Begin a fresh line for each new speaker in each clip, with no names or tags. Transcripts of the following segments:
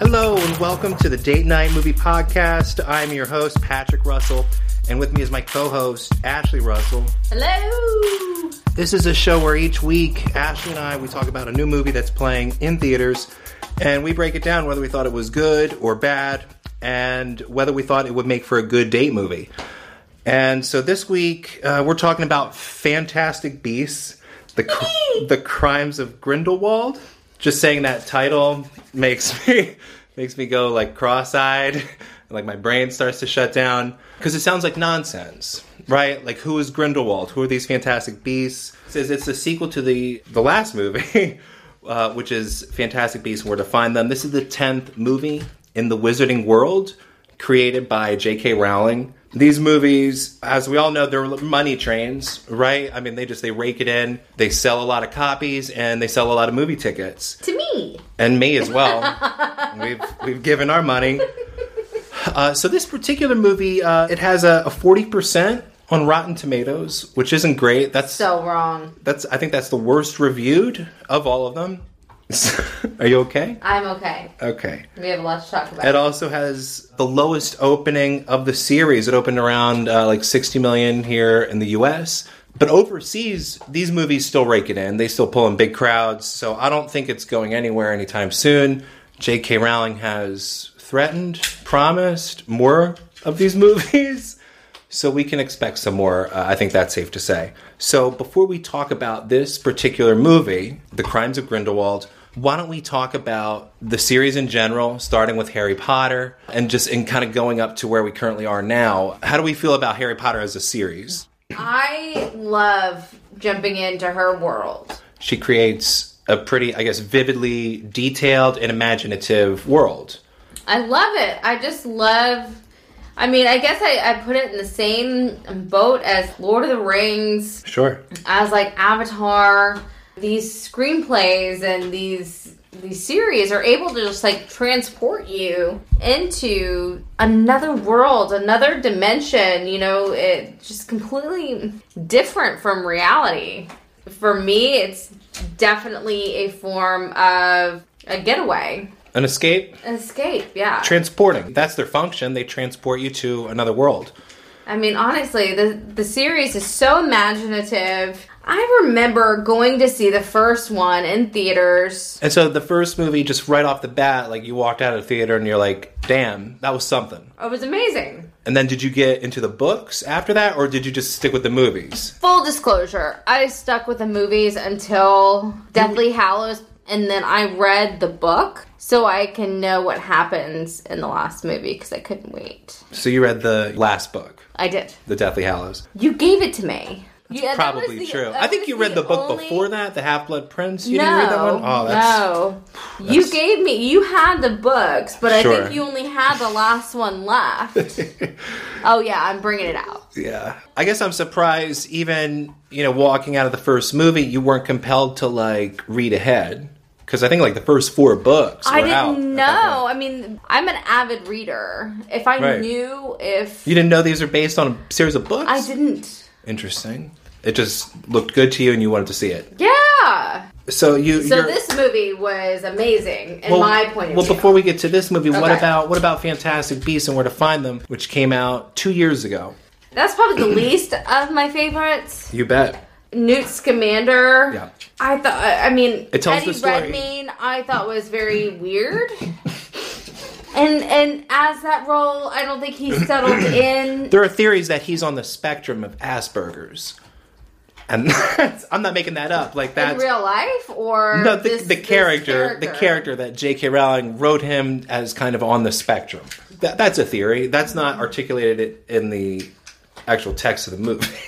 and welcome to the Date Night Movie Podcast. I'm your host, Patrick Russell, and with me is my co host, Ashley Russell.
Hello.
This is a show where each week, Ashley and I, we talk about a new movie that's playing in theaters, and we break it down whether we thought it was good or bad, and whether we thought it would make for a good date movie. And so this week, uh, we're talking about Fantastic Beasts, the, cr- the Crimes of Grindelwald. Just saying that title makes me makes me go like cross-eyed, and, like my brain starts to shut down because it sounds like nonsense, right? Like who is Grindelwald? Who are these Fantastic Beasts? It says it's the sequel to the the last movie, uh, which is Fantastic Beasts and Where to Find Them. This is the tenth movie in the Wizarding world created by J.K. Rowling. These movies, as we all know, they're money trains, right? I mean, they just they rake it in, they sell a lot of copies, and they sell a lot of movie tickets,
To me.
and me as well. we've we've given our money. Uh, so this particular movie, uh, it has a forty percent on Rotten Tomatoes, which isn't great. That's
So wrong.
that's I think that's the worst reviewed of all of them. Are you okay?
I'm okay.
Okay.
We have a lot to talk about.
It also has the lowest opening of the series. It opened around uh, like 60 million here in the US. But overseas, these movies still rake it in. They still pull in big crowds. So I don't think it's going anywhere anytime soon. J.K. Rowling has threatened, promised more of these movies. So we can expect some more. Uh, I think that's safe to say. So before we talk about this particular movie, The Crimes of Grindelwald, why don't we talk about the series in general, starting with Harry Potter and just and kind of going up to where we currently are now? How do we feel about Harry Potter as a series?
I love jumping into her world.
She creates a pretty, I guess, vividly detailed and imaginative world.
I love it. I just love. I mean, I guess I, I put it in the same boat as Lord of the Rings,
Sure.
as like Avatar. These screenplays and these these series are able to just like transport you into another world, another dimension. You know, it just completely different from reality. For me, it's definitely a form of a getaway,
An escape,
an escape. Yeah.
transporting. That's their function. They transport you to another world.
I mean, honestly, the the series is so imaginative. I remember going to see the first one in theaters.
And so the first movie, just right off the bat, like you walked out of the theater and you're like, damn, that was something.
Oh, It was amazing.
And then did you get into the books after that, or did you just stick with the movies?
Full disclosure, I stuck with the movies until Deathly Hallows and then I read the book so I can know what happens in the last movie because I couldn't wait.
So you read the last book,
I did.
The Deathly Hallows.
You gave it to me. Yeah, that was
Probably
the-
true.
that
I think
was
you read the book
only-
before that, The Half Blood Prince. You didn't read that one? Oh, that's.
no. you gave me. You had the books, but I
Sure.
think you only had the last one left. oh yeah, I'm bringing it out.
Yeah. I guess I'm surprised, even, you know, walking out of the first movie, you weren't compelled to, like, read ahead. Because I think, like, the first four books
I
were out at that
didn't know.
point.
I mean, I'm an avid reader. If I
Right.
knew, if
You didn't know these are based on a series of books?
I didn't,
Interesting. It just looked good to you and you wanted to see it.
yeah.
So you
So
you're-
this movie was amazing in my point of
well,
view.
before we get to this movie, what
Okay.
about what about Fantastic Beasts and Where to Find Them, which came out two years ago?
That's probably the least of my favorites.
You bet.
Newt Scamander.
Yeah.
I thought. uh, I mean,
It tells
Eddie
the story.
Redmayne, I thought was very weird. and and as that role, I don't think he settled in.
There are theories that he's on the spectrum of Asperger's, and that's, I'm not making that up. Like
In
that's
real life, or
no, the,
this-
the
this
character, the character that J.K. Rowling wrote him as kind of on the spectrum. That, that's a theory. That's not articulated in the actual text of the movie.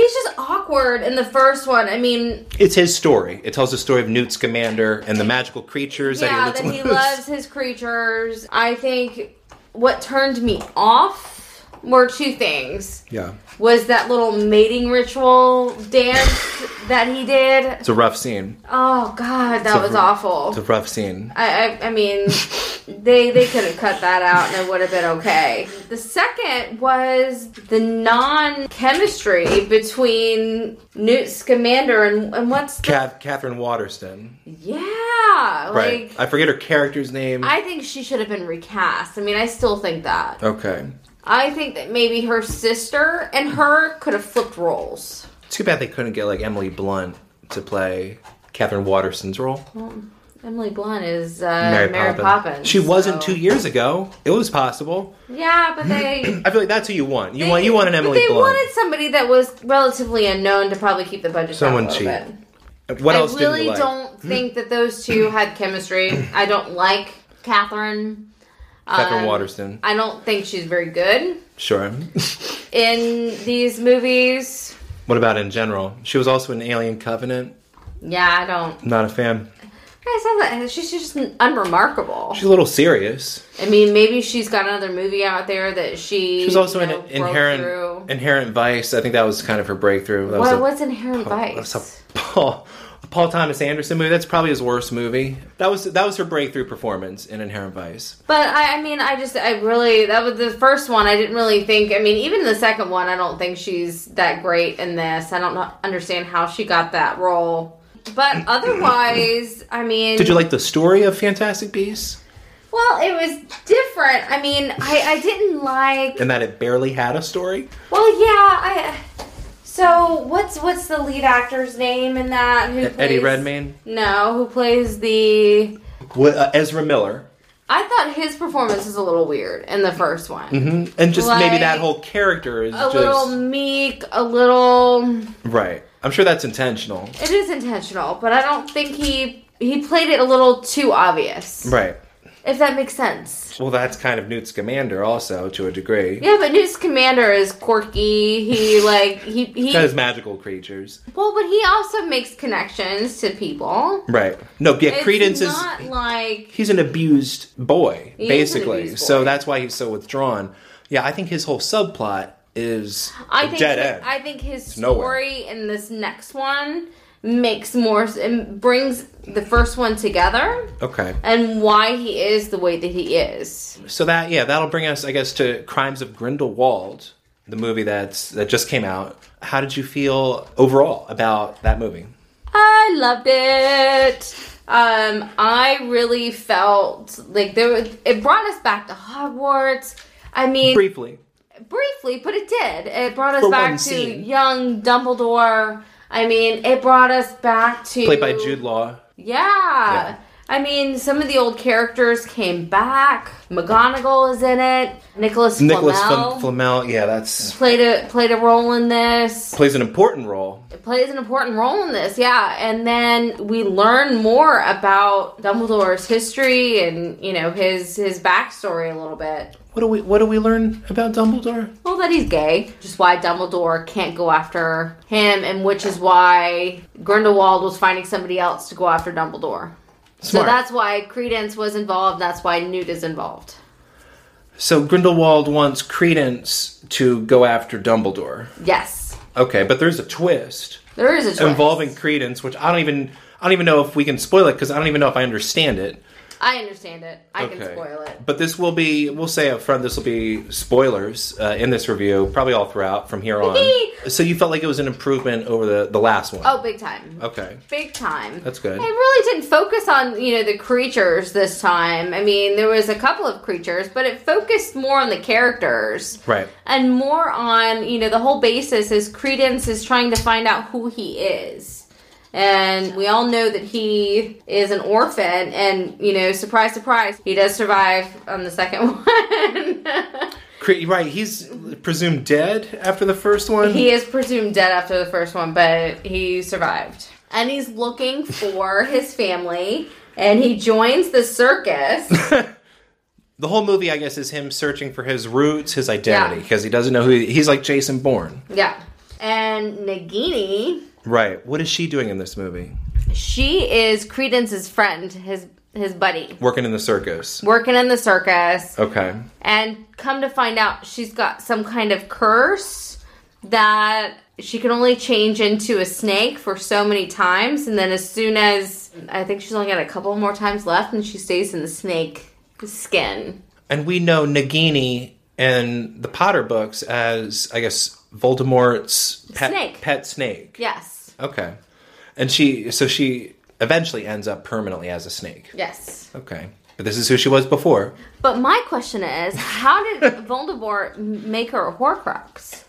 He's just awkward in the first one. I mean,
it's his story. It tells the story of Newt Scamander and the magical creatures
yeah,
that he,
that
lets
he
loose.
loves his creatures. I think what turned me off were two things.
Yeah.
was that little mating ritual dance that he did.
It's a rough scene.
Oh God, that
It's a
was
r-
awful.
It's a rough scene.
I, I, I mean, they they could have cut that out and it would have been okay. The second was the non chemistry between Newt Scamander and, and what's the
Kath, Catherine Waterston.
yeah
Right.
like
I forget her character's name.
I think she should have been recast. I mean, I still think that.
okay.
I think that maybe her sister and her could have flipped roles.
Too bad they couldn't get like Emily Blunt to play Catherine Waterston's role.
Emily Blunt is uh, Mary, Poppins.
She wasn't
so-
two years ago. It was possible.
Yeah, but they
I feel like that's who you want. You
They-
want you want an Emily
But they
Blunt.
wanted somebody that was relatively unknown to probably keep the budget.
Someone
down a
cheap.
little bit.
Uh, What
I
else
really
did you like?
don't think that those two had chemistry. I don't like Catherine.
Catherine
Um,
Waterston.
I don't think she's very good
Sure.
in these movies.
what about in general? She was also in Alien Covenant.
Yeah, I don't.
Not a fan.
I said that she's just unremarkable.
She's a little serious.
I mean, maybe she's got another movie out there that she.
She was also
you
in
know, broke
Inherent
through.
Inherent Vice. I think that was kind of her breakthrough. That was
What
a-
what's Inherent Vice?
That's a Paul a Paul Thomas Anderson movie. That's probably his worst movie. That was that was her breakthrough performance in Inherent Vice.
But I, I mean, I just, I really, that was the first one. I didn't really think. I mean, even the second one, I don't think she's that great in this. I don't know, understand how she got that role. But otherwise, I mean,
Did you like the story of Fantastic Beasts?
well, it was different. I mean, I, I didn't like.
And that it barely had a story.
Well, yeah, I. So what's what's the lead actor's name in that? Who
E-, Eddie
plays-
Redmayne,
No, who plays the?
with, uh, Ezra Miller,
I thought his performance was a little weird in the first one.
hmm and just maybe
Like,
that whole character is
A
just
little meek, a little.
right. I'm sure that's intentional.
It is intentional, but I don't think he he played it a little too obvious.
Right.
If that makes sense.
Well, that's kind of Newt Scamander also to a degree.
Yeah, but Newt's commander is quirky. He like he he
Because magical creatures.
well, but he also makes connections to people.
Right. No, yeah,
It's
Credence is
not like
he's an abused boy,
He is an
basically.
abused boy.
So that's why he's so withdrawn. Yeah, I think his whole subplot is
I think
dead
his,
end.
I think his
nowhere.
story in this next one makes more s- and brings the first one together
okay.
and why he is the way that he is.
So that yeah, that'll bring us, I guess, to Crimes of Grindelwald, the movie that's that just came out. How did you feel overall about that movie?
I loved it. Um, I really felt like there was, it brought us back to Hogwarts. I mean,
Briefly.
briefly, but it did. It brought us
For
back
one
to
scene.
young Dumbledore. I mean, it brought us back to
Played by Jude Law.
Yeah.
Yeah.
I mean, some of the old characters came back. McGonagall is in it. Nicholas
Nicholas
Flamel
Flam- Flamel, yeah, that's
played a played a role in this.
plays an important role.
plays an important role in this, yeah. And then we learn more about Dumbledore's history and you know his his backstory a little bit.
What do we what do we learn about Dumbledore?
Well, that he's gay, just why Dumbledore can't go after him, and which is why Grindelwald was finding somebody else to go after Dumbledore. So
Smart.
that's why Credence was involved. That's why Newt is involved.
So Grindelwald wants Credence to go after Dumbledore.
Yes,
Okay, but there's a twist
there is a choice.
involving Credence, which I don't even I don't even know if we can spoil it because I don't even know if I understand it.
I understand it. I can
Okay.
spoil it.
But this will be we'll say up front this will be spoilers uh, in this review, probably all throughout from here on. so you felt like it was an improvement over the the last one.
Oh, big time.
Okay,
big time.
That's good.
It really didn't focus on you know the creatures this time. I mean, there was a couple of creatures, but it focused more on the characters
right.
and more on you know the whole basis is Credence is trying to find out who he is. And we all know that he is an orphan, and you know, surprise, surprise, he does survive on the second one.
Cre- right, he's presumed dead after the first one.
He is presumed dead after the first one, but he survived. And he's looking for his family, and he joins the circus.
the whole movie, I guess, is him searching for his roots, his identity, because he doesn't know who he- he's like Jason Bourne.
yeah. And Nagini,
Right. What is she doing in this movie?
she is Credence's friend, his his buddy,
Working in the circus.
working in the circus.
Okay.
And come to find out, she's got some kind of curse that she can only change into a snake for so many times, and then as soon as I think she's only got a couple more times left, and she stays in the snake skin.
And we know Nagini in the Potter books as, I guess, Voldemort's pet
Snake.
Pet snake.
Yes,
Okay. And she, so she eventually ends up permanently as a snake.
yes.
Okay. But this is who she was before.
But my question is, how did Voldemort m- make her a Horcrux?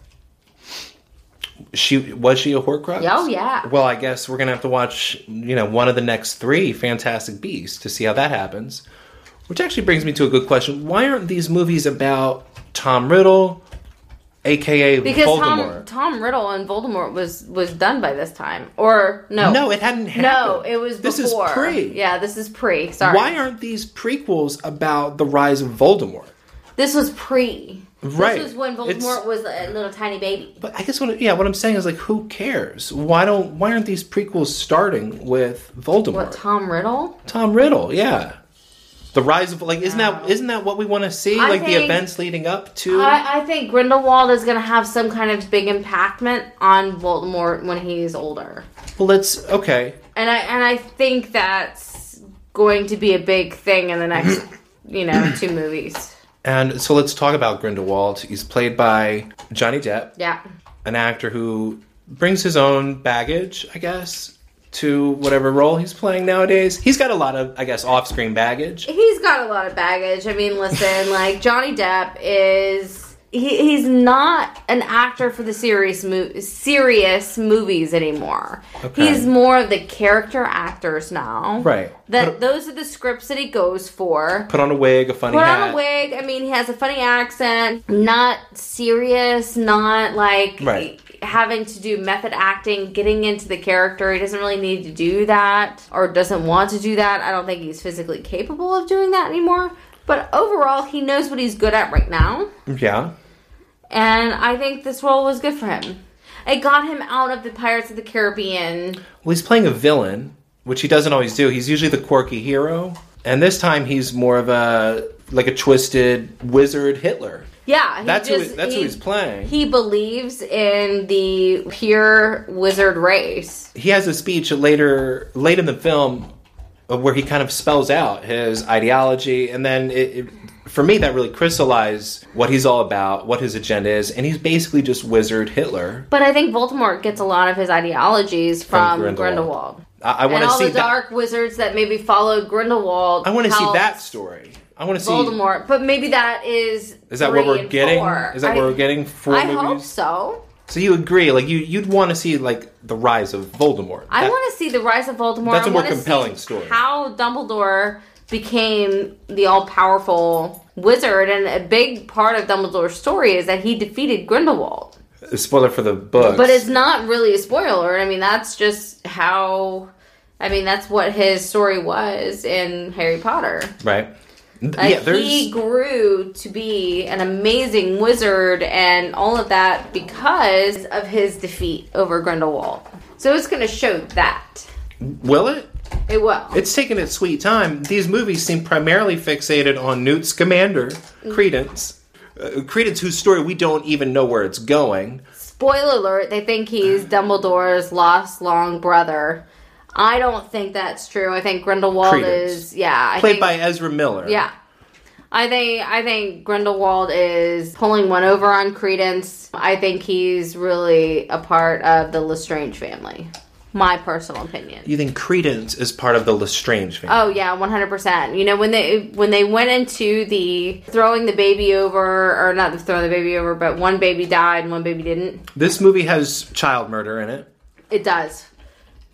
She was she a Horcrux?
Oh, yeah.
Well, I guess we're gonna have to watch, you know, one of the next three Fantastic Beasts to see how that happens. Which actually brings me to a good question: Why aren't these movies about Tom Riddle, aka
Because
Voldemort?
Tom Tom Riddle and Voldemort was was done by this time, or no,
no, it hadn't happened.
no, it was
This
before.
is pre.
Yeah, this is pre. Sorry,
Why aren't these prequels about the rise of Voldemort?
This was pre.
Right.
This was when Voldemort
It's-
was a little tiny baby.
But I guess what yeah, what I'm saying is like, who cares? Why don't why aren't these prequels starting with Voldemort?
What Tom Riddle?
Tom Riddle, yeah. The rise of like isn't that
No.
isn't that what we want to see?
I
like the
think-
events leading up to
I, I think Grindelwald is going to have some kind of big impactment on Voldemort when he's older,
Well let's okay.
and I and I think that's going to be a big thing in the next, you know, two movies.
And so let's talk about Grindelwald. He's played by Johnny Depp,
Yeah.
an actor who brings his own baggage, I guess, to whatever role he's playing nowadays. He's got a lot of, I guess, off screen baggage.
he's got a lot of baggage. I mean, listen, like Johnny Depp is he, he's not an actor for the serious mo- serious movies anymore.
Okay.
He's more of the character actors now.
Right.
That those are the scripts that he goes for.
Put on a wig, a funny
Put
hat.
on a wig. I mean, he has a funny accent. Not serious. Not like
Right.
having to do method acting, getting into the character. He doesn't really need to do that or doesn't want to do that. I don't think he's physically capable of doing that anymore. But overall, he knows what he's good at right now.
Yeah.
And I think this role was good for him. It got him out of the Pirates of the Caribbean.
Well, he's playing a villain, which he doesn't always do. He's usually the quirky hero, and this time he's more of a like a twisted wizard Hitler.
Yeah, he
That's who
just-
that's who
he-
he's playing. He,
He believes in the pure wizard race.
has a speech later late in the film uh, where he kind of spells out his ideology, and then it, it, for me that really crystallized what he's all about, what his agenda is, and he's basically just wizard Hitler.
But I think Voldemort gets a lot of his ideologies
From
from,
Grindelwald.
Grindelwald.
I, I want to
And all
see
the
that.
dark wizards that maybe followed Grindelwald.
I want to see
helped
that story. I want to see.
Voldemort. But maybe that is.
Is that what
three
we're
and
getting?
four.
Is that
I,
what we're getting? Four
I
movies?
hope so.
So you agree, like you you'd want to see like the rise of Voldemort.
I
That-
want to see the rise of Voldemort.
That's a
I
more
wanna see
compelling story.
How Dumbledore became the all-powerful wizard, and a big part of Dumbledore's story is that he defeated Grindelwald.
a spoiler for the book.
But it's not really a spoiler. I mean, that's just how. I mean, that's what his story was in Harry Potter.
right. Th-
Like,
yeah, there's
he grew to be an amazing wizard and all of that because of his defeat over Grindelwald. So it's going to show that.
will it?
It will.
It's taking its sweet time. These movies seem primarily fixated on Newt Scamander,
Mm.
Credence, uh, Credence, whose story we don't even know where it's going.
Spoiler alert, they think he's Dumbledore's lost long brother. I don't think that's true. I think Grindelwald
Credence.
is, yeah. I
Played
think-
by Ezra Miller.
Yeah. I think I think Grindelwald is pulling one over on Credence. I think he's really a part of the Lestrange family. My personal opinion.
You think Credence is part of the Lestrange family?
Oh yeah, one hundred percent. You know when they when they went into the throwing the baby over, or not throwing the baby over, but one baby died and one baby didn't.
this movie has child murder in it,
It does.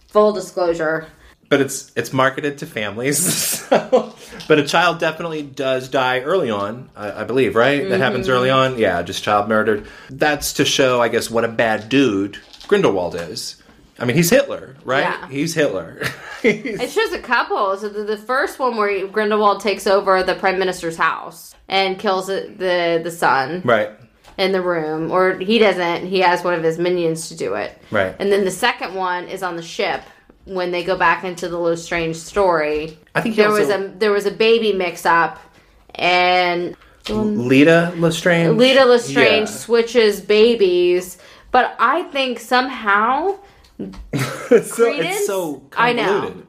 Full disclosure.
but it's it's marketed to families. so- but a child definitely does die early on, I, I believe, right? That happens early
Mm-hmm.
on. Yeah, just child murdered. That's to show, I guess, what a bad dude Grindelwald is. I mean, he's Hitler, right?
Yeah.
He's Hitler.
It's just a couple. So the, the first one where Grindelwald takes over the prime minister's house and kills the the, the son.
right.
in the room, or he doesn't. He has one of his minions to do it.
Right.
And then the second one is on the ship when they go back into the Lestrange story.
I think he
there was
also-
a there was a baby mix up, and
Lita Lestrange.
Lita Lestrange
Yeah.
switches babies But I think somehow
it's so,
Credence?
it's so convoluted.
I know.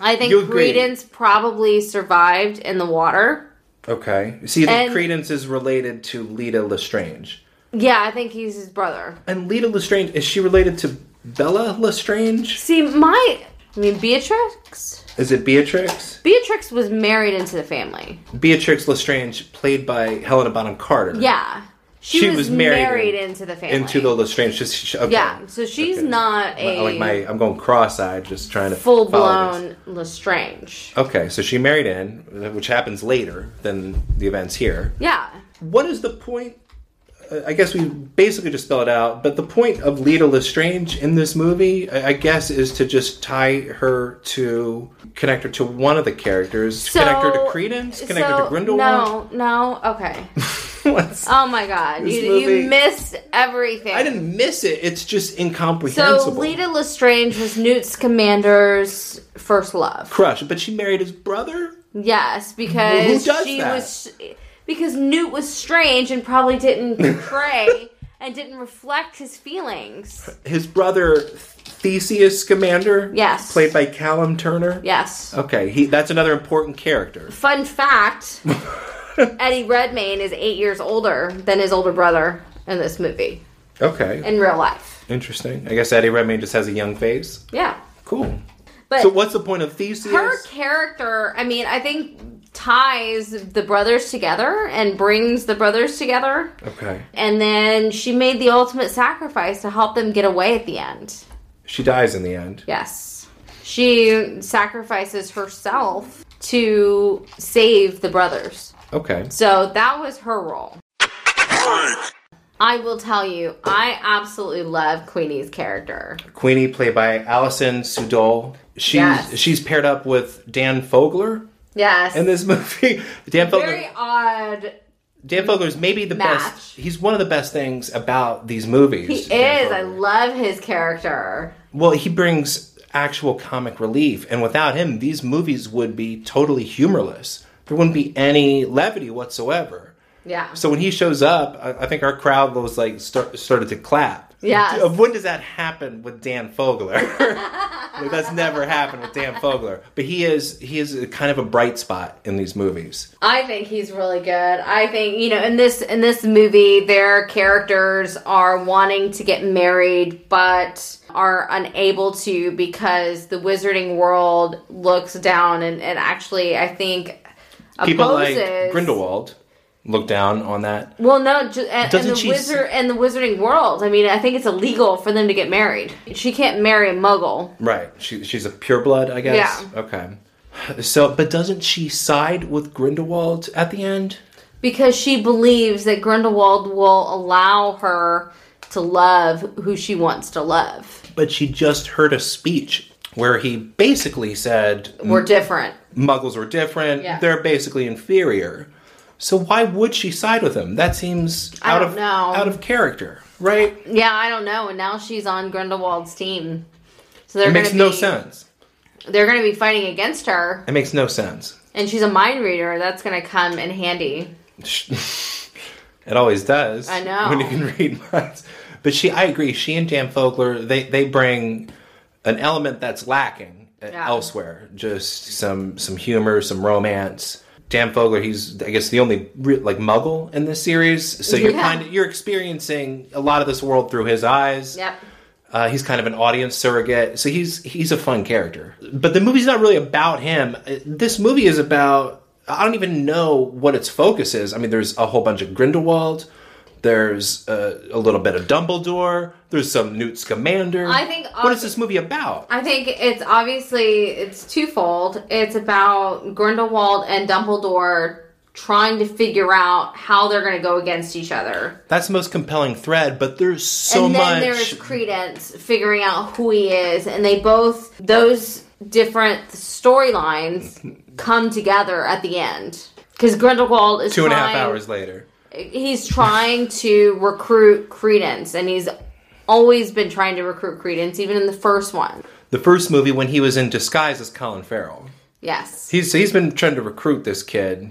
I think
You agree.
Credence probably survived in the water.
Okay. See, the
And-
credence is related to Lita Lestrange.
Yeah, I think he's his brother.
And Lita Lestrange, is she related to Bella Lestrange?
See, my I mean Beatrix.
Is it Beatrix?
Beatrix was married into the family.
Beatrix Lestrange, played by Helena Bonham Carter.
Yeah. She, was, married, into the family.
Into the Lestrange. Just- sh- okay.
Yeah, so she's
Okay.
not
I
a
like my, I'm going cross-eyed, just trying to follow
full
this.
blown Lestrange.
Okay, so she married in, which happens later than the events here.
Yeah.
What is the point? uh, I guess we basically just spell it out, but the point of Lita Lestrange in this movie, I I guess, is to just tie her to connect her to one of the characters, connect her to Credence, connect her
so-
to Grindelwald.
No, no, okay.
What's-
Oh my god.
This
You, you
movie-
missed everything.
I didn't miss it. It's just incomprehensible.
so Lita Lestrange was Newt's commander's first love.
Crush, but she married his brother.
Yes, because
Who does
she
that?
was because Newt was strange and probably didn't portray and didn't reflect his feelings.
His brother Theseus Scamander.
Yes.
played by Callum Turner.
Yes.
Okay, he that's another important character.
Fun fact: Eddie Redmayne is eight years older than his older brother in this movie
Okay.
in real life.
Interesting. I guess Eddie Redmayne just has a young face.
Yeah,
Cool.
but
So what's the point of Theseus?
her character, I mean, I think ties the brothers together and brings the brothers together.
Okay.
And then she made the ultimate sacrifice to help them get away at the end.
She dies in the end.
Yes. She sacrifices herself to save the brothers.
Okay.
So that was her role. I will tell you, I absolutely love Queenie's character.
Queenie played by Allison Sudol. She's
Yes.
she's paired up with Dan Fogler
Yes.
in this movie. Dan Fogler
Very odd.
Dan Fogler's maybe the
Match.
best he's one of the best things about these movies.
He
Dan
is. I
Fogler.
love his character.
Well, he brings actual comic relief, and without him, these movies would be totally humorless. There wouldn't be any levity whatsoever.
Yeah.
So when he shows up, I, I think our crowd was like start, started to clap.
Yes.
Uh, When does that happen with Dan Fogler? like, that's never happened with Dan Fogler. But he is he is a kind of a bright spot in these movies.
I think he's really good. I think you know in this in this movie, their characters are wanting to get married but are unable to because the wizarding world looks down and, and actually I think
People
opposes.
like Grindelwald look down on that.
Well, no, ju- and, and
Doesn't
the
she s-
wizard and the wizarding world. I mean, I think it's illegal for them to get married. She can't marry a muggle.
Right. She, she's a pureblood, I guess.
Yeah.
Okay. So, but doesn't she side with Grindelwald at the end?
because she believes that Grindelwald will allow her to love who she wants to love.
But she just heard a speech where he basically said,
We're different.
muggles were different.
Yeah.
They're basically inferior. So why would she side with him? That seems
I
out
don't
of
know.
out of character, right?
Yeah, I don't know. And now she's on Grindelwald's team. So they're
It makes
gonna
no
be-
sense.
They're going to be fighting against her,
It makes no sense.
and she's a mind reader. That's going to come in handy.
It always does.
I know.
when you can read minds. But she, I agree. She and Dan Fogler, they they bring an element that's lacking uh,
Yeah.
elsewhere. Just some some humor, some romance. Dan Fogler, he's I guess the only real, like muggle in this series. So you're
Yeah.
kind of, you're experiencing a lot of this world through his eyes.
Yep.
Uh, he's kind of an audience surrogate, so he's he's a fun character. But the movie's not really about him. Uh, This movie is about I don't even know what its focus is. I mean, there's a whole bunch of Grindelwald. There's uh, a little bit of Dumbledore. There's some Newt Scamander.
I think
what
ob-
is this movie about?
I think it's obviously it's twofold. It's about Grindelwald and Dumbledore trying to figure out how they're going to go against each other.
That's the most compelling thread. But there's so
and then
much.
there's Credence figuring out who he is, and they both those different storylines come together at the end because Grindelwald is
two and a half
trying-
hours later.
He's trying to recruit Credence, and he's always been trying to recruit Credence, even in the first one.
The first movie when he was in disguise as Colin Farrell.
Yes,
He's he's been trying to recruit this kid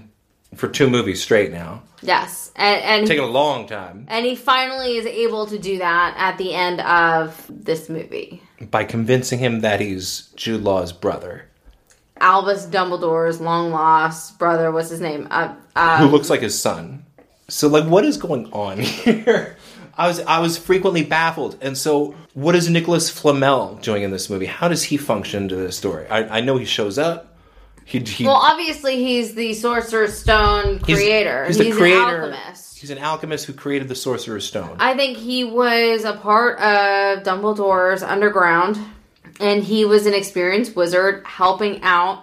for two movies straight now.
Yes, and and
Taking a long time
and he finally is able to do that at the end of this movie.
by convincing him that he's Jude Law's brother,
Albus Dumbledore's long lost brother, what's his name? Uh,
who
uh,
looks like his son. So like, what is going on here? I was I was frequently baffled. And so, what is Nicholas Flamel doing in this movie? How does he function to this story? I, I know he shows up. He, he
well, obviously he's the Sorcerer's Stone
he's-
creator.
He's, the creator.
an alchemist.
He's an alchemist who created the Sorcerer's Stone.
I think he was a part of Dumbledore's underground, and he was an experienced wizard helping out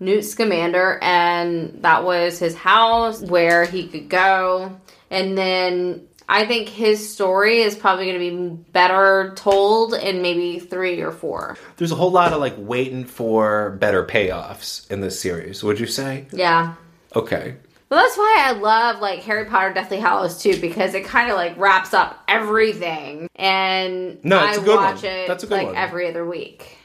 Newt Scamander, and that was his house where he could go. And then I think his story is probably going to be better told in maybe three or four.
There's a whole lot of like waiting for better payoffs in this series. Would you say?
Yeah.
Okay.
Well, that's why I love like Harry Potter Deathly Hallows too because it kind of like wraps up everything, and
No,
I
it's a good
watch
one.
it
That's a good
like
one.
every other week.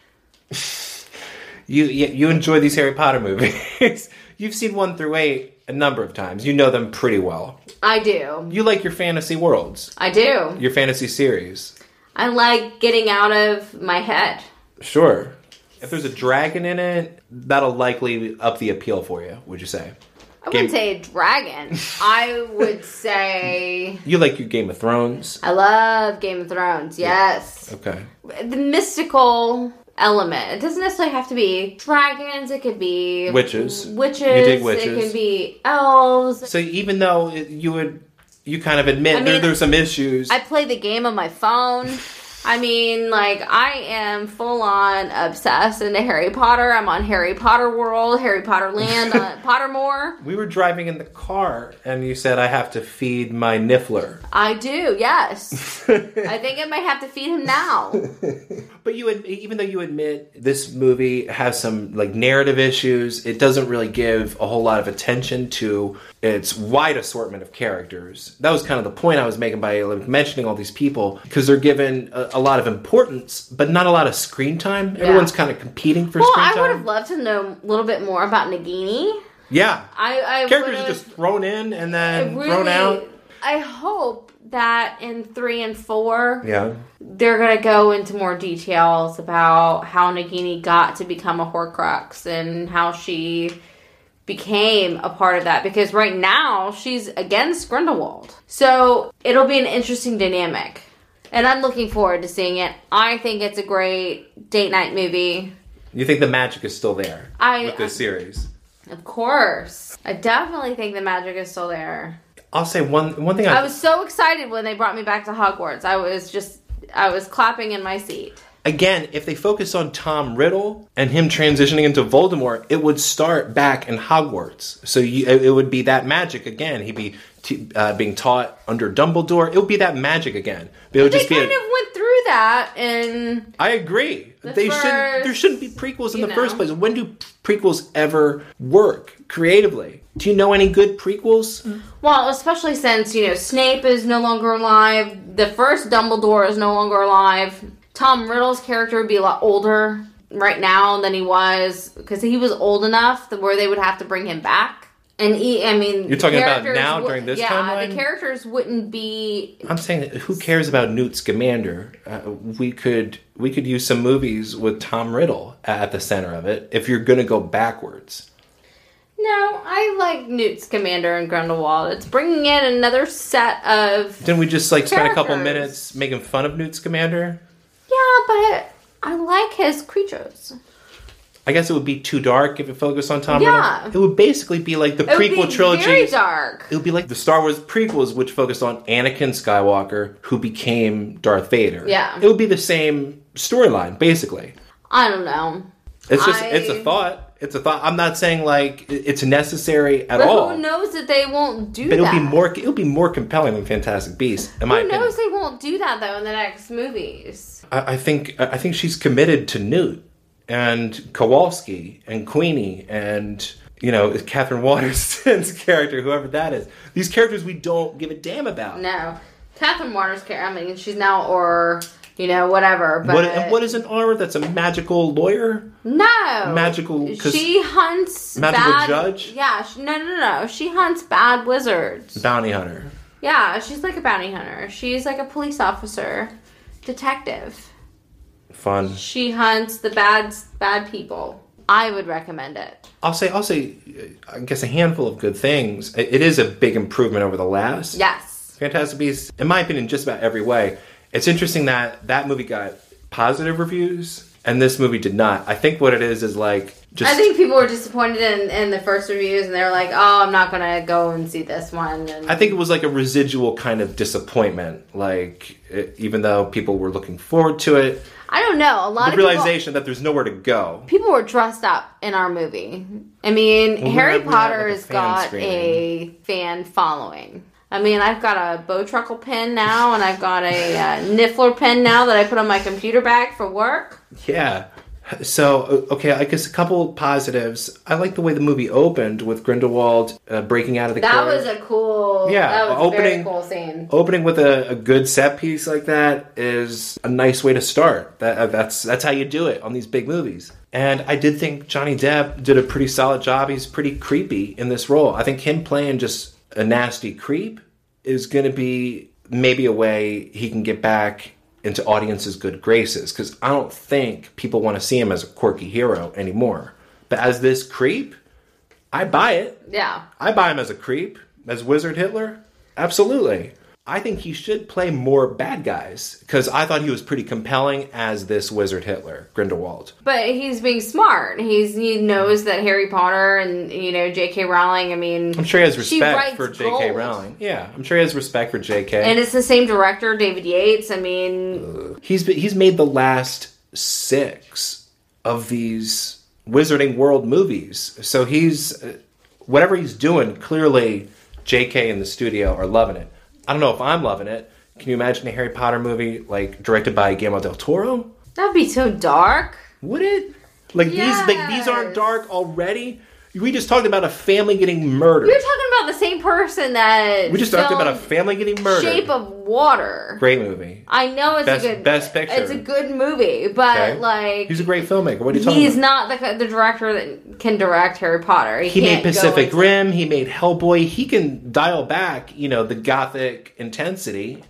You you you enjoy these Harry Potter movies. You've seen one through eight a number of times. You know them pretty well.
I do,
You like your fantasy worlds,
I do.
your fantasy series.
I like getting out of my head.
Sure. If there's a dragon in it, that'll likely up the appeal for you. Would you say?
I
Game-
wouldn't say a dragon. I would say
You like your Game of Thrones.
I love Game of Thrones. Yes,
Okay.
the mystical element. It doesn't necessarily have to be dragons. It could be
Witches.
Witches.
You dig
It
witches.
could be elves.
So even though it, you would, you kind of admit
I
there,
mean,
there's some issues.
I play the game on my phone. I mean, like, I am full on obsessed into Harry Potter. I'm on Harry Potter World, Harry Potter Land, uh, Pottermore.
we were driving in the car, and you said I have to feed my niffler.
I do, yes. I think I might have to feed him now.
But you, ad- even though you admit this movie has some like narrative issues, it doesn't really give a whole lot of attention to its wide assortment of characters. That was kind of the point I was making by like, mentioning all these people because they're given a, a lot of importance, but not a lot of screen time. Everyone's kind of competing for
Well,
screen
I
time.
would have loved to know a little bit more about Nagini.
yeah,
I, I
characters
would've
are just thrown in and then
really-
thrown out.
I hope that in three and four,
Yeah.
they're gonna go into more details about how Nagini got to become a Horcrux and how she became a part of that because right now she's against Grindelwald. So it'll be an interesting dynamic. And I'm looking forward to seeing it. I think it's a great date night movie.
You think the magic is still there
I-
with this series?
Of course. I definitely think the magic is still there.
I'll say one one thing. I,
I was so excited when they brought me back to Hogwarts. I was just I was clapping in my seat.
again, if they focus on Tom Riddle and him transitioning into Voldemort, it would start back in Hogwarts. So you, it, it would be that magic again. He'd be t- uh, being taught under Dumbledore. It would be that magic again. But it would
They
just be.
kind
a-
of went through that and
I agree. they should. There
first-
shouldn't be prequels in
you
the first
know.
place. When do prequels ever work creatively? Do you know any good prequels?
Mm-hmm. Well, especially since, you know, Snape is no longer alive. The first Dumbledore is no longer alive. Tom Riddle's character would be a lot older right now than he was because he was old enough that where they would have to bring him back. And he, I mean,
You're talking about
characters
now during this
yeah,
timeline?
the characters wouldn't be.
I'm saying, that who cares about Newt Scamander? Uh, we could we could use some movies with Tom Riddle at the center of it. If you're gonna go backwards,
No, I like Newt's Commander and Grindelwald. It's bringing in another set of.
didn't we just like spend a couple
Characters.
minutes making fun of Newt Scamander?
Yeah, but I like his creatures.
I guess it would be too dark if it focused on Tom
Yeah.
Riddle. It would basically be like the
It would
prequel
be
trilogy.
Very dark.
it would be like the Star Wars prequels, which focused on Anakin Skywalker, who became Darth Vader.
Yeah.
it would be the same storyline basically.
I don't know.
It's just
I-
it's a thought. It's a thought. I'm not saying like it- it's necessary at
But
all.
who knows that they won't do
But it'll
that?
be more it'll be more compelling than Fantastic Beasts, in my
Who
opinion.
knows they won't do that though in the next movies?
I, I think I think she's committed to Newt and Kowalski and Queenie and you know Catherine Waterston's character, whoever that is. These characters we don't give a damn about.
No, Catherine Waters' character. I mean, she's now or you know, whatever. But
What, and what is an R? That's a magical lawyer?
no
Magical. Cause
She hunts
Magical
bad,
judge?
Yeah, she, no, no, no. She hunts bad wizards.
bounty hunter.
Yeah, she's like a bounty hunter. She's like a police officer, detective.
Fun.
She hunts the bad bad people. I would recommend it.
I'll say, I'll say, uh, I guess a handful of good things. It it is a big improvement over the last.
Yes.
Fantastic Beasts, in my opinion, just about every way. It's interesting that that movie got positive reviews and this movie did not. I think what it is is like just
I think people were disappointed in, in the first reviews and they were like, oh, I'm not going to go and see this one. And
I think it was like a residual kind of disappointment. Like it, even though people were looking forward to it,
I don't know. A lot
the
of people-
realization that there's nowhere to go.
people, were dressed up in our movie. I mean, Harry
we had, like, a
Potter has
fan
got
screening.
a fan following. I mean, I've got a bow truckle pin now and I've got a uh, niffler pin now that I put on my computer bag for work.
Yeah. So o- okay, I guess a couple positives. I like the way the movie opened with Grindelwald uh, breaking out of the.
That
cave.
was a cool,
Yeah,
that was a very
opening-
cool scene.
opening with a, a good set piece like that is a nice way to start. That, uh, that's that's how you do it on these big movies. And I did think Johnny Depp did a pretty solid job. He's pretty creepy in this role. I think him playing just a nasty creep is going to be maybe a way he can get back into audiences' good graces because I don't think people want to see him as a quirky hero anymore. But as this creep, I buy it.
Yeah.
I buy him as a creep, as Wizard Hitler. Absolutely. I think he should play more bad guys because I thought he was pretty compelling as this Wizard Hitler, Grindelwald.
But he's being smart. He's he knows that Harry Potter and you know J.K. Rowling. I mean,
I'm sure he has
She
respect
writes
for J.K.
gold.
Rowling. Yeah, I'm sure he has respect for J.K.
and it's the same director, David Yates. I mean,
he's been, he's made the last six of these Wizarding World movies, so he's uh, whatever he's doing. Clearly, J.K. and the studio are loving it. I don't know if I'm loving it. Can you imagine a Harry Potter movie like directed by Guillermo del Toro?
that'd be so dark.
Would it? Like these like these aren't
Yes.
dark already. We just talked about a family getting murdered.
You're talking about the same person that
We just talked about a
filmed
family getting murdered.
Shape of Water.
Great movie.
I know it's
Best-
a good
best picture.
It's a good movie, but
Okay.
like
He's a great filmmaker. What are you talking
he's
about?
not the, the director that can direct Harry Potter.
he made
can't go
Pacific
into-
Rim. He made Hellboy. He can dial back, you know, the gothic intensity.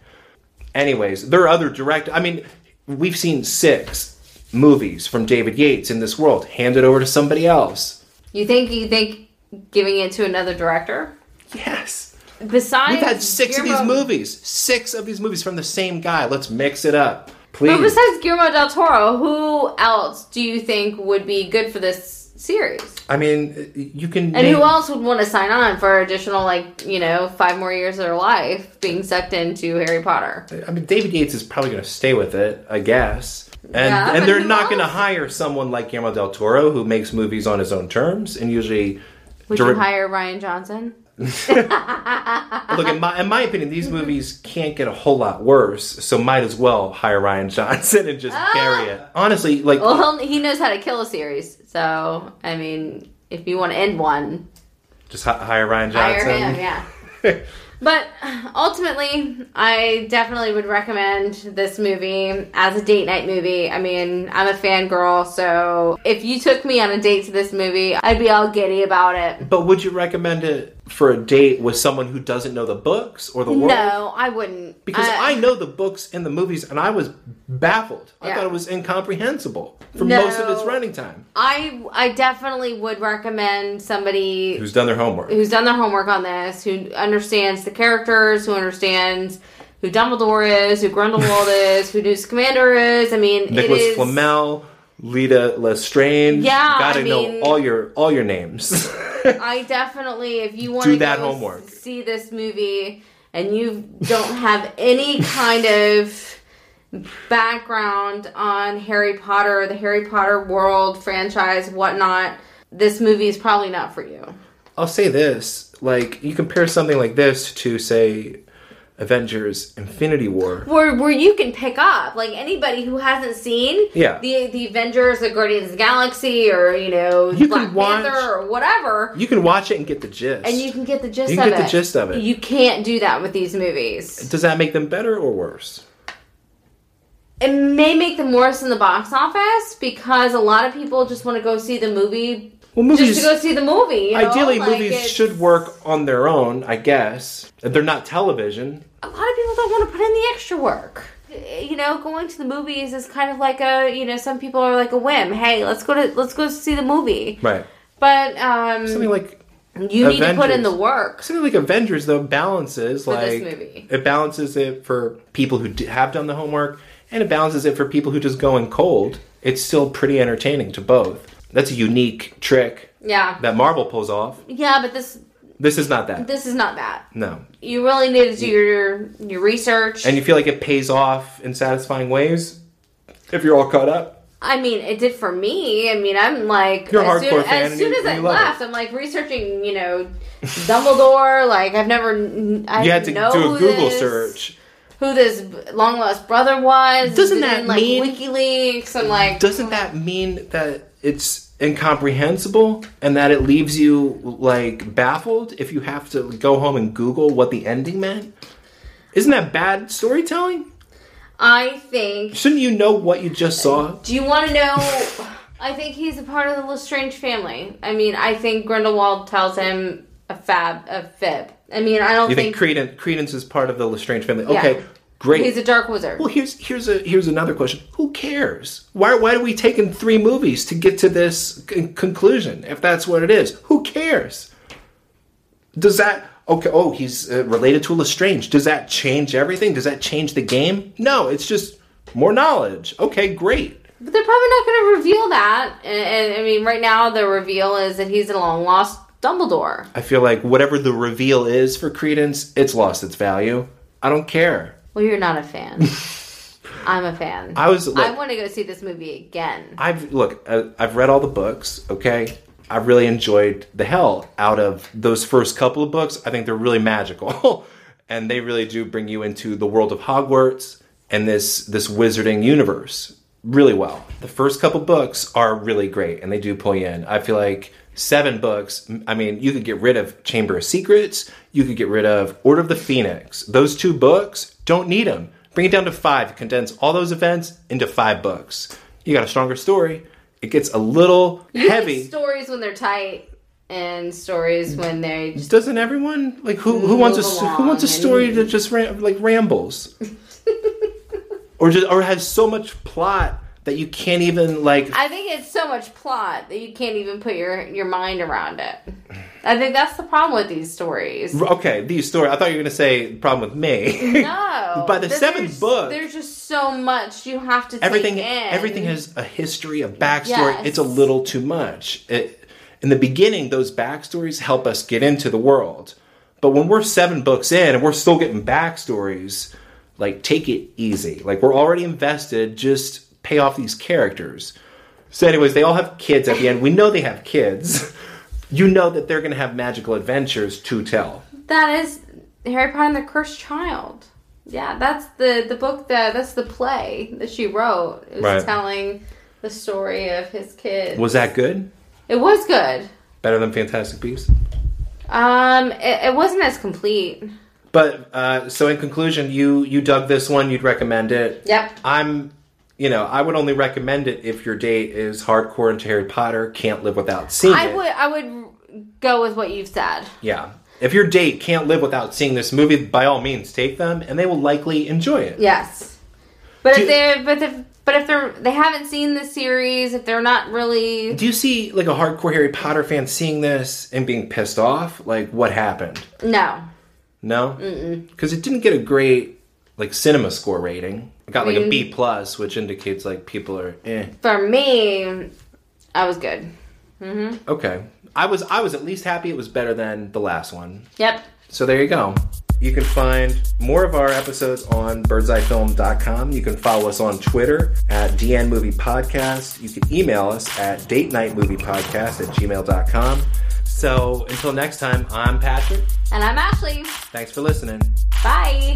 Anyways, there are other direct. I mean, we've seen six movies from David Yates in this world. Hand it over to somebody else.
You think you think giving it to another director?
Yes.
Besides,
We've had six of these
Guillermo-
movies. Six of these movies from the same guy. Let's mix it up. Please.
But besides Guillermo del Toro, who else do you think would be good for this series?
I mean, you can.
And
name-
who else would want to sign on for additional, like, you know, five more years of their life being sucked into Harry Potter?
I mean, David Yates is probably going to stay with it, I guess. And
Yeah, but
and they're
who
not going to
else?
hire someone like Guillermo del Toro, who makes movies on his own terms and usually.
Would you
direct-
hire Ryan Johnson?
Look, in my, in my opinion, these movies can't get a whole lot worse, so might as well hire Ryan Johnson and just
Ah!
carry it. Honestly, like
Well, he'll- he knows how to kill a series. So, I mean, if you want to end one,
just hi- hire Ryan
hire
Johnson.
him, yeah. But ultimately, I definitely would recommend this movie as a date night movie. I mean, I'm a fangirl, so if you took me on a date to this movie, I'd be all giddy about it.
But would you recommend it for a date with someone who doesn't know the books or the world?
No, I wouldn't.
Because
Uh,
I know the books and the movies, and I was baffled. I
Yeah.
thought it was incomprehensible for
No.
most of its running time.
I I definitely would recommend somebody
Who's done their homework?
who's done their homework on this, who understands the characters, who understands who Dumbledore is, who Grindelwald is, who Newt Commander is. I mean,
Nicholas
it is
Flamel, Lita Lestrange.
Yeah,
you gotta
I mean-
know all your all your names.
I definitely, if you want
Do
to
that
go
homework.
see this movie and you don't have any kind of background on Harry Potter, the Harry Potter world franchise, whatnot, this movie is probably not for you.
I'll say this: like you compare something like this to say Avengers: Infinity War.
where where you can pick up like anybody who hasn't seen
Yeah.
the the Avengers, the Guardians of the Galaxy, or you know
You
Black
can watch-
Panther or whatever,
You can watch it and get the gist.
and you can get the gist.
You can
of
get the
it.
gist of it.
You can't do that with these movies.
Does that make them better or worse?
it may make them worse in the box office because a lot of people just want to go see the movie
Well, movies.
just to go see the movie. you know?
Ideally,
Like,
movies
it's-
should work on their own, I guess. They're not television.
A lot of people don't want to put in the extra work. You know, going to the movies is kind of like a you know some people are like a whim. Hey, let's go to let's go see the movie.
Right.
But um,
Something like
you need to put
Avengers.
in the work.
something like Avengers though balances like
this movie.
it balances it for people who d- have done the homework and it balances it for people who just go in cold. It's still pretty entertaining to both. That's a unique trick
Yeah,
that Marvel pulls off.
yeah, but this
This is not that.
this is not that.
No.
You really need to do your your research.
And you feel like it pays off in satisfying ways if you're all caught up.
I mean, it did for me. I mean, I'm like
You're a
as soon,
hardcore fan
As
and
soon
you-
as
you
I
love
left, I'm like researching. You know, Dumbledore. Like I've never. n- I
You had to do
know
a
who
Google
this-
search.
Who this long lost brother was?
Doesn't
and
that
then, like
mean-
WikiLeaks? I'm like,
Doesn't that mean that it's incomprehensible and that it leaves you like baffled if you have to go home and Google what the ending meant? Isn't that bad storytelling?
I think.
Shouldn't you know what you just saw?
Do you want to know? I think he's a part of the Lestrange family. I mean, I think Grindelwald tells him a fab, a fib. I mean, I don't
You think
think,
Credence, Credence is part of the Lestrange family?
Yeah.
Okay, great.
he's a dark wizard.
well, here's here's a here's another question. Who cares? Why why do we take in three movies to get to this con- conclusion? If that's what it is, who cares? Does that okay? Oh, he's uh, related to Lestrange. Does that change everything? Does that change the game? No, it's just more knowledge. Okay, great.
But they're probably not going to reveal that. And, and I mean, right now the reveal is that he's a long lost Dumbledore.
I feel like whatever the reveal is for Credence, it's lost its value. I don't care.
Well, you're not a fan. I'm a fan.
I was. Like,
I want to go see this movie again.
I've look, uh, I've read all the books. Okay, I really enjoyed the hell out of those first couple of books. I think they're really magical, and they really do bring you into the world of Hogwarts and this this wizarding universe really well. The first couple books are really great, and they do pull you in. I feel like seven books. m- I mean, you could get rid of Chamber of Secrets. You could get rid of Order of the Phoenix. Those two books don't need them. Bring it down to five. Condense all those events into five books. You got a stronger story. It gets a little
Like
heavy.
stories when they're tight and stories when they just
Doesn't everyone like who who wants a
Move
who wants a
along
story that just ram, like rambles, or just or has so much plot that you can't even like
I think it's so much plot that you can't even put your your mind around it. I think that's the problem with these stories.
Okay, these stories. I thought you were going to say the problem with me.
No,
By the
There's-
seventh book-
there's just so much you have to
everything
take in.
everything has a history, a backstory.
Yes.
It's a little too much. It, in the beginning, those backstories help us get into the world. But when we're seven books in and we're still getting backstories, like take it easy. Like we're already invested. Just pay off these characters. So, anyways, they all have kids at the end. We know they have kids. You know that they're going to have magical adventures to tell.
that is Harry Potter and the Cursed Child. Yeah, that's the the book that that's the play that she wrote. It was
Right.
telling the story of his kid.
Was that good?
it was good.
Better than Fantastic Beasts?
Um, it, it wasn't as complete.
But uh, so in conclusion, you you dug this one. You'd recommend it.
Yep.
I'm, you know, I would only recommend it if your date is hardcore into Harry Potter, can't live without seeing
I
it.
would I would go with what you've said.
Yeah. If your date can't live without seeing this movie, by all means, take them, and they will likely enjoy it.
Yes, but
Do-
if they but if but if they're they haven't seen the series, if they're not really
Do you see like a hardcore Harry Potter fan seeing this and being pissed off? Like, what happened?
no,
No, because it didn't get a great like cinema score rating. It got like a B plus, which indicates like people are eh.
for me, I was good.
Okay. I was I was at least happy it was better than the last one.
Yep.
So there you go. You can find more of our episodes on birdseyefilm.com. You can follow us on Twitter at DN Movie Podcast. You can email us at date night movie podcast at gmail.com. So until next time, I'm Patrick.
And I'm Ashley.
Thanks for listening.
Bye.